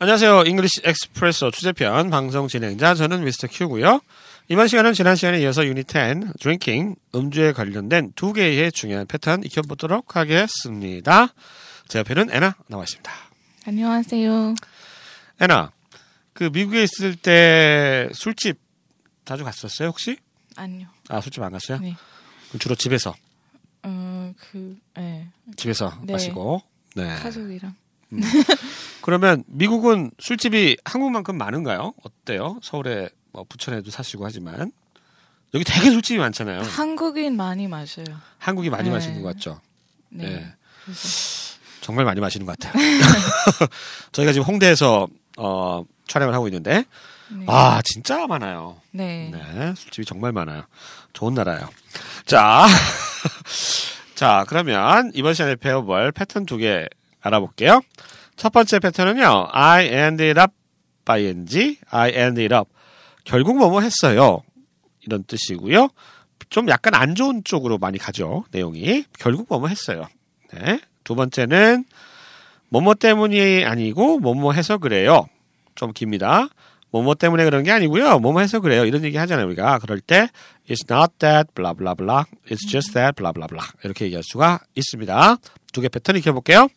안녕하세요. 잉글리시 엑스프레소 취재편 방송 진행자 저는 미스터 큐고요. 이번 시간은 지난 시간에 이어서 유닛 10 드링킹 음주에 관련된 두 개의 중요한 패턴 익혀보도록 하겠습니다. 제 옆에는 애나 나와 있습니다. 안녕하세요. 애나 그 미국에 있을 때 술집 자주 갔었어요 혹시? 아니요. 아 술집 안 갔어요? 네. 그럼 주로 집에서 어, 그, 예. 집에서 네. 마시고 네. 가족이랑. 그러면 미국은 술집이 한국만큼 많은가요? 어때요? 서울에 뭐 부천에도 사시고 하지만 여기 되게 술집이 많잖아요. 한국인 많이 마셔요. 한국이 많이 네. 마시는 것 같죠. 네. 네. 정말 많이 마시는 것 같아요. 저희가 지금 홍대에서 어, 촬영을 하고 있는데 네. 아 진짜 많아요. 네. 네, 술집이 정말 많아요. 좋은 나라예요. 자, 자 그러면 이번 시간에 배워볼 패턴 두 개 알아볼게요. 첫 번째 패턴은요. I ended up by ng, I ended up 결국 뭐뭐 했어요. 이런 뜻이고요. 좀 약간 안 좋은 쪽으로 많이 가죠. 내용이 결국 뭐뭐 했어요. 네. 두 번째는 뭐뭐 때문이 아니고 뭐뭐 해서 그래요. 좀 깁니다. 뭐뭐 때문에 그런 게 아니고요. 뭐뭐 해서 그래요. 이런 얘기 하잖아요, 우리가. 그럴 때 it's not that blah blah blah. it's just that blah blah blah. 이렇게 얘기할 수가 있습니다. 두 개 패턴 익혀 볼게요.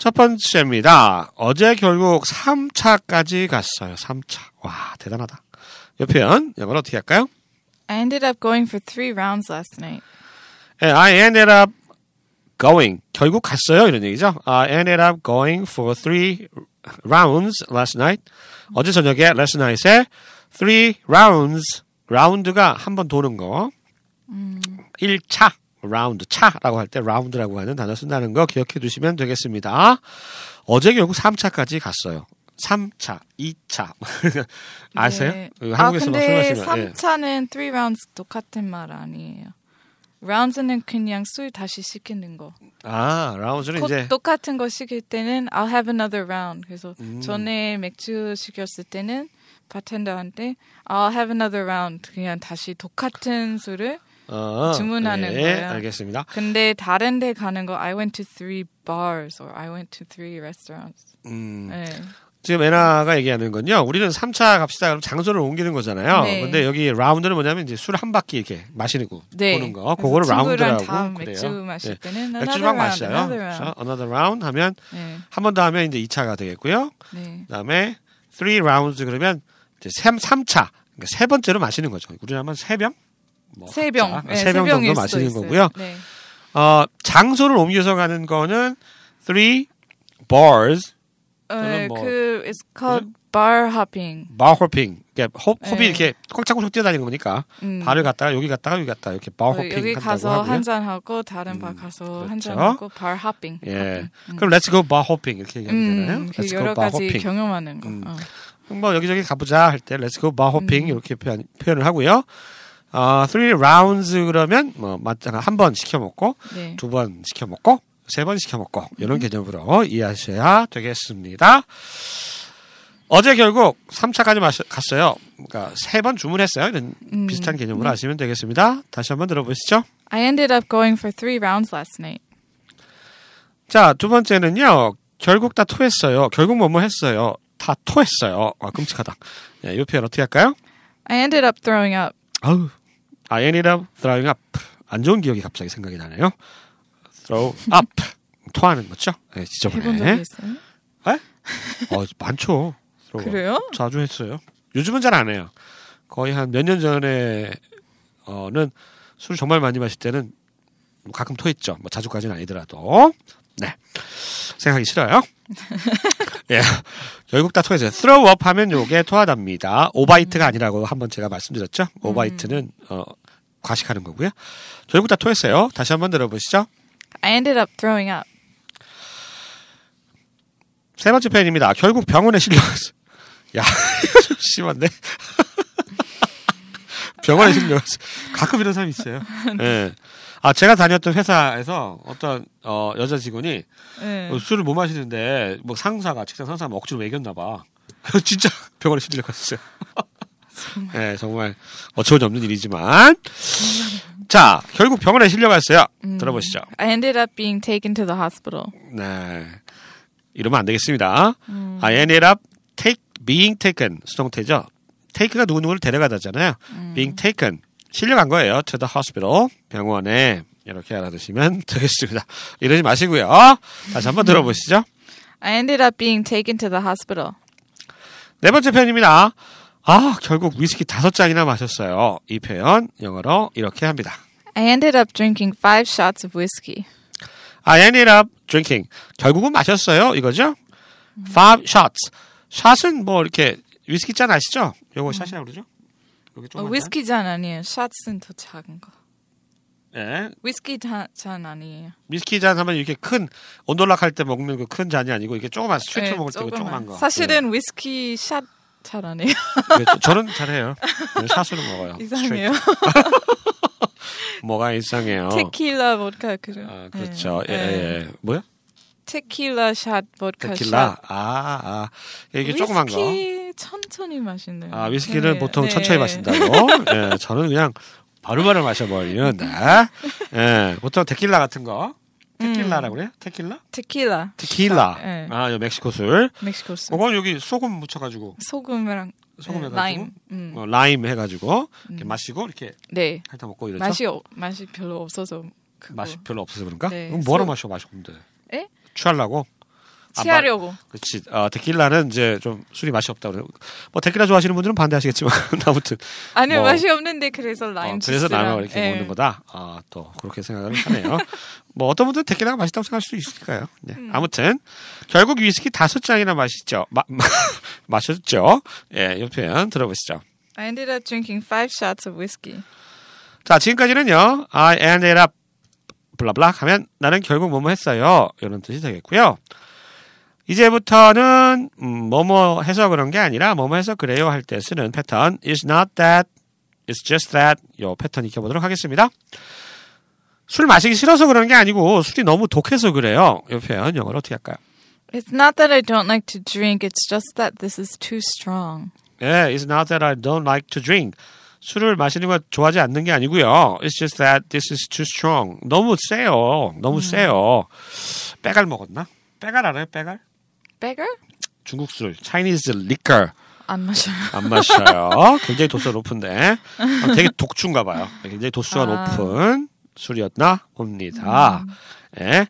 첫 번째입니다. 어제 결국 3차까지 갔어요. 3차. 와, 대단하다. 이 표현 영어로 어떻게 할까요? I ended up going for three rounds last night. 예, I ended up going. 결국 갔어요. 이런 얘기죠. I ended up going for three rounds last night. 어제 저녁에 last night에 three rounds. 라운드가 한 번 도는 거. 음. 1차. 라운드 차라고 할 때 라운드라고 하는 단어 쓴다는 거 기억해 두시면 되겠습니다. 어제 결국 3차까지 갔어요. 3차, 2차. 아세요? 그 네. 한국에서 아, 막 근데 술 마시면. 예. 3차는 three rounds 똑같은 말 아니에요. 라운드는 그냥 술 다시 시키는 거. 아, 라운드는 코- 이제 똑같은 거 시킬 때는 I'll have another round. 그래서 음. 전에 맥주 시켰을 때는 바텐더한테 I'll have another round. 그냥 다시 똑같은 술을 어, 주문하는 예, 거예요. 알겠습니다. 근데 다른 데 가는 거 I went to three bars or I went to three restaurants. 음, 네. 지금 에나가 얘기하는 건요. 우리는 3차 갑시다. 그럼 장소를 옮기는 거잖아요. 네. 근데 여기 라운드는 뭐냐면 이제 술 한 바퀴 이렇게 마시는 거 네. 보는 거. 그래서 그거를 친구랑 라운드라고 다음 그래요. 맥주 마실 네. 때는 맥주 막 another 마셔요. round, another 그래서 round. another round 하면 네. 한 번 더 하면 이제 2차가 되겠고요. 네. 그다음에 three rounds 그러면 이제 3, 차 그러니까 세 번째로 마시는 거죠. 우리나라면 세 병? 뭐 각자 세 병. 네, 세병 병일 정도 수도 마시는 있어요. 거고요. 네. 어, 장소를 옮겨서 가는 거는 three bars 어, 저는 뭐- 그 it's called bar hopping. 바 호핑. 그러니까 호, 흡이 네. 이렇게 꽉차고속 뛰어다니는 거니까 음. 발을 갔다가 여기 갔다가 여기 갔다 이렇게 바 어, 호핑 여기 한다고 가서 하고요. 한잔 하고 다른 바 가서 한잔 그렇죠. 하고 bar hopping. 예. hopping. 음. 그럼 let's go bar hopping 이렇게 얘기하면 되나요? 음, 그 let's go 여러 bar 가지 hopping. 경험하는 거. 어. 그럼 뭐 여기저기 가보자 할 때 let's go bar 음. hopping 이렇게 표현, 표현을 하고요. 아, three rounds 그러면 뭐 맞잖아 한 번 시켜 먹고 네. 두 번 시켜 먹고 세 번 시켜 먹고 이런 음. 개념으로 이해하셔야 되겠습니다. 어제 결국 3차까지 마셔, 갔어요. 그러니까 세 번 주문했어요. 이런 음. 비슷한 개념으로 아시면 되겠습니다. 다시 한번 들어보시죠. I ended up going for three rounds last night. 자, 두 번째는요. 결국 다 토했어요. 결국 뭐뭐 했어요. 다 토했어요. 아, 끔찍하다. 예, 이 표현 어떻게 할까요? I ended up throwing up. 아우. I ended up throwing up. 안 좋은 기억이 갑자기 생각이 나네요. throw up. 토하는 거죠? 예, 해본 적이 지저분해. 있어요? 어, 많죠. throw up. 그래요? 자주 했어요. 요즘은 잘 안 해요. 거의 한 몇 년 전에 어는 술 정말 많이 마실 때는 뭐 가끔 토했죠. 뭐 자주까지는 아니더라도 네 생각이 싫어요. 예, 결국 다 토했어요. throw up 하면 요게 토하답니다. 오바이트가 아니라고 한번 제가 말씀드렸죠. 음. 오바이트는 어 과식하는 거고요. 결국 다 토했어요. 다시 한번 들어보시죠. I ended up throwing up. 세 번째 표현입니다. 결국 병원에 실려갔어. 야, 이거 좀 심한데? 병원에 실려갔어. 가끔 이런 사람이 있어요. 예. 아, 제가 다녔던 회사에서 어떤, 어, 여자 직원이 네. 어, 술을 못 마시는데, 뭐 상사가, 직장 상사가 억지로 매겼나봐. 진짜 병원에 실려갔어요. 예, 정말 어처구니 없는 일이지만. 자, 결국 병원에 실려갔어요. 들어보시죠. I ended up being taken to the hospital. 네. 이러면 안 되겠습니다. I ended up take, being taken. 수동태죠. take가 누구누구를 데려가다잖아요. being taken. 실려간 거예요. to the hospital. 병원에. 이렇게 알아두시면 되겠습니다. 이러지 마시고요. 다시 한번 들어보시죠. I ended up being taken to the hospital. 네 번째 표현입니다. 아, 결국 위스키 다섯 잔이나 마셨어요. 이 표현 영어로 이렇게 합니다. I ended up drinking five shots of whiskey. I ended up 아, drinking. 결국은 마셨어요. 이거죠? Five shots. 샷은 뭐 이렇게 위스키 잔 아시죠? 요거 샷이라고 그러죠? 요게 음. 어, 조그만 잔? 위스키 잔 아니에요. 샷은 더 작은 거. 예. 위스키 잔, 잔 아니에요. 위스키 잔 하면 이렇게 큰 온돌락할 때 먹는 그 큰 잔이 아니고 이게 조그만 스트레이트 네, 먹을 때 그 조그만 거. 사실은 위스키 샷 잘 안 해요. 예. 예, 저- 저는 잘해요. 예, 샷으로 먹어요. 이상해요. 스트레이트. 뭐가 이상해요? 테킬라 보드카 그죠? 어. 아, 그렇죠. 네. 예, 예, 예. 뭐야? 테킬라 샷 보드카 테킬라. 샷. 아, 아. 이게 조그만 거. 그렇죠. 위스키 천천히 마시네요. 아, 위스키를 네, 보통 네. 천천히 마신다고. 예, 저는 그냥 바로바로 마셔버리는. 데 예, 보통 테킬라 같은 거. 테킬라라고 그래요? 테킬라? 테킬라. 테킬라. 아, 예. 아, 요 멕시코 술. 멕시코 술. 그건 여기 소금 묻혀가지고, 소금이랑 소금 네, 해가지고, 라임. 음. 어, 라임 해가지고, 이렇게 마시고, 이렇게 네. 핥아 먹고 이러죠. 맛이 어, 맛이 별로 없어서 그거. 맛이 아, 별로 없어서 그런가? 네, 그럼 뭐로 소- 마셔, 마셔, 근데? 에? 취하려고? 아, 취하려고. 그렇지. 아, 데킬라는 이제 좀 술이 맛이 없다 그래요. 뭐 데킬라 좋아하시는 분들은 반대하시겠지만 아무튼 아니 뭐- 맛이 없는데 그래서 라임 어, 주스랑 그래서 라면 이렇게 예. 먹는 거다. 아, 또 그렇게 생각을 하네요. 뭐 어떤 분들은 데킬라가 맛있다고 생각할 수도 있을까요? 네. 음. 아무튼 결국 위스키 다섯 잔이나 마시죠. 마, 마, 마셨죠. 예, 이 표현 들어보시죠. I ended up drinking five shots of whiskey. 자, 지금까지는요. I ended up 블라블라 하면 나는 결국 뭐뭐 했어요. 이런 뜻이 되겠고요. 이제부터는 음, 뭐뭐 해서 그런 게 아니라 뭐뭐 해서 그래요 할 때 쓰는 패턴 It's not that, it's just that 요 패턴 익혀보도록 하겠습니다. 술 마시기 싫어서 그런 게 아니고 술이 너무 독해서 그래요. 요 표현 영어로 어떻게 할까요? It's not that I don't like to drink. It's just that this is too strong. 예, it's not that I don't like to drink. 술을 마시는 걸 좋아하지 않는 게 아니고요. It's just that this is too strong. 너무 세요. 너무 세요. 빼갈 먹었나? 빼갈 알아요? 빼갈? Beggar? 중국 술, Chinese liquor 안 마셔요. 안 마셔요. 굉장히 도수가 높은데 아, 되게 독주인가 봐요. 굉장히 도수가 아. 높은 술이었나 봅니다. 예.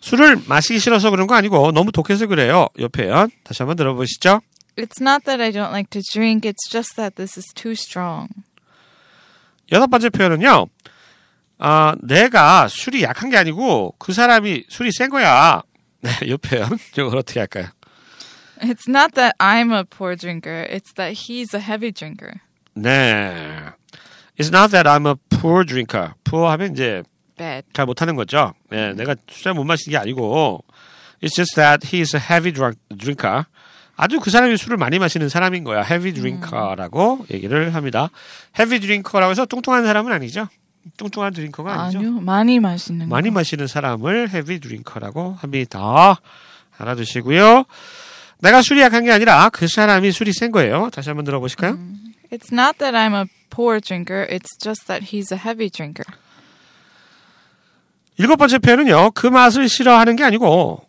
술을 마시기 싫어서 그런 거 아니고 너무 독해서 그래요. 옆에 연 다시 한번 들어보시죠. It's not that I don't like to drink. It's just that this is too strong. 여섯 번째 표현은요. 아, 내가 술이 약한 게 아니고 그 사람이 술이 센 거야. 네, 이 표현. 이걸 어떻게 할까요? It's not that I'm a poor drinker. It's that he's a heavy drinker. 네. It's not that I'm a poor drinker. poor 하면 이제 Bad. 잘 못하는 거죠. 네, 내가 술 잘 못 마시는 게 아니고 It's just that he is a heavy drunk- drinker. 아주 그 사람이 술을 많이 마시는 사람인 거야. heavy drinker라고 얘기를 합니다. heavy drinker라고 해서 뚱뚱한 사람은 아니죠. 뚱뚱한 드링커가 아니죠. 아니요, 많이 마시는 많이 거. 마시는 사람을 헤비 드링커라고 합니다. 알아두시고요. 내가 술이 약한 게 아니라 그 사람이 술이 센 거예요. 다시 한번 들어보실까요? 음. It's not that I'm a poor drinker. It's just that he's a heavy drinker. 일곱 번째 표현은요. 그 맛을 싫어하는 게 아니고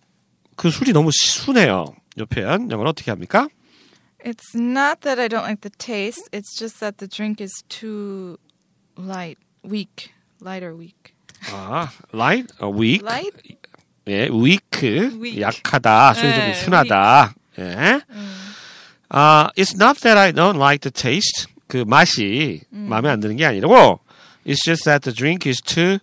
그 술이 너무 순해요. 이 표현 영어로 어떻게 합니까? It's not that I don't like the taste. It's just that the drink is too light, weak, lighter, weak. 아, light, 어, weak, Light? 예, weak, Weak. 약하다, 술이 좀 네, 순하다. 예. 음. 아, it's not that I don't like the taste. 그 맛이 마음에 안 드는 게 아니고, it's just that the drink is too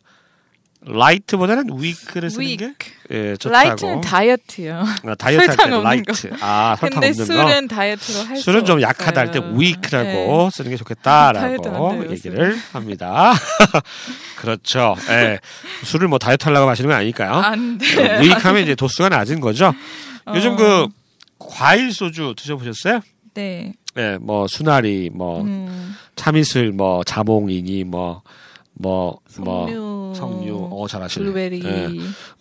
light보다는 weak를 쓰는 게 Weak. 예, 좋다고. Light는 다이어트요. 아, 다이어트 할 설탕 때 없는 light. 아, 설탕 근데 없는 거. 술은 다이어트로 할 술은 수 좀 없어요. 약하다 할 때 weak라고 네. 쓰는 게 다이어트 안 좋겠다라고 돼요, 얘기를 합니다. 그렇죠. 예. 술을 뭐 다이어트 네. 하려고 마시는 건 아니니까요. 안 돼. 무익하면 어, 이제 도수가 낮은 거죠. 어. 요즘 그 과일 소주 드셔보셨어요? 네. 예, 뭐 수나리, 뭐 음, 참이슬, 뭐 자몽이니, 뭐 뭐뭐 석류, 석류, 어 잘하시네. 블루베리. 예.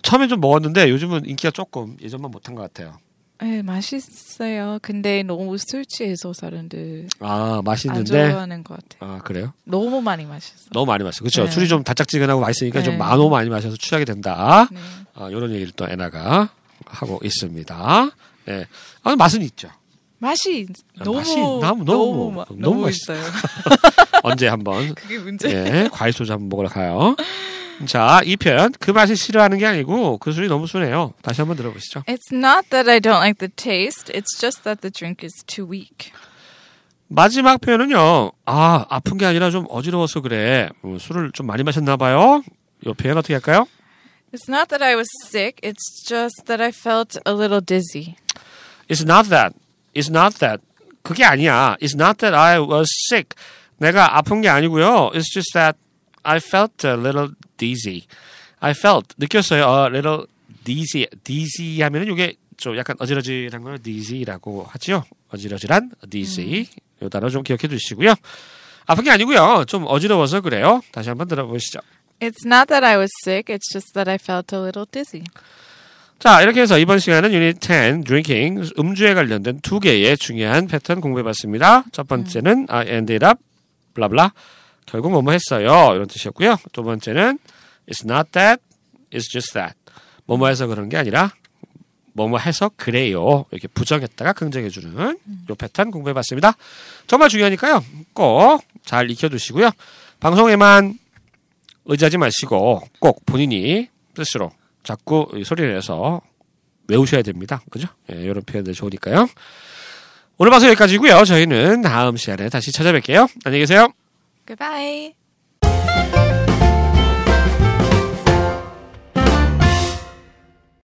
처음엔 좀 먹었는데 요즘은 인기가 조금 예전만 못한 것 같아요. 네, 맛있어요. 근데 너무 술 취해서 사람들 아 안 맛있는데 좋아하는 것 같아. 아 그래요? 너무 많이 마셨어. 너무 많이 마셔. 그렇죠. 네. 술이 좀 달짝지근하고 맛있으니까 좀 네. 마- 너무 많이 마셔서 취하게 된다. 네. 아, 이런 얘기를 또 에나가 하고 있습니다. 예. 아, 맛은 있죠. 맛이 아, 너무 맛이 너무 너무- 너무, 너무- 마- 너무 너무 맛있- 있어요. 언제 한번 그게 문제. 예, 과일 소주 한번 먹으러 가요. 자, 이 편 그 맛을 싫어하는 게 아니고 그 술이 너무 순해요. 다시 한번 들어보시죠. It's not that I don't like the taste. It's just that the drink is too weak. 마지막 표현은요. 아, 아픈 게 아니라 좀 어지러워서 그래. 음, 술을 좀 많이 마셨나 봐요. 이 표현 어떻게 할까요? It's not that I was sick. It's just that I felt a little dizzy. It's not that. It's not that. 그게 아니야. It's not that I was sick. 내가 아픈 게 아니고요. It's just that I felt a little dizzy. I felt 느꼈어요. A little dizzy. Dizzy 하면은 이게 좀 약간 어지러질한 걸 dizzy라고 하죠. 어지러질한 dizzy. 이 단어 좀 기억해 두시고요. 아픈 게 아니고요. 좀 어지러워서 그래요. 다시 한번 들어보시죠. It's not that I was sick. It's just that I felt a little dizzy. 자, 이렇게 해서 이번 시간은 유닛 10 드링킹 음주에 관련된 두 개의 중요한 패턴 공부해 봤습니다. 첫 번째는 I ended up 블라블라 결국 뭐뭐 했어요. 이런 뜻이었고요. 두 번째는 it's not that it's just that 뭐뭐 해서 그런 게 아니라 뭐뭐 해서 그래요. 이렇게 부정했다가 긍정해 주는 요 패턴 공부해 봤습니다. 정말 중요하니까요. 꼭 잘 익혀 두시고요. 방송에만 의지하지 마시고 꼭 본인이 스스로 자꾸 이 소리를 내서 외우셔야 됩니다. 그죠? 예, 이런 표현들 좋으니까요. 오늘 방송 여기까지고요. 저희는 다음 시간에 다시 찾아뵐게요. 안녕히 계세요. Goodbye.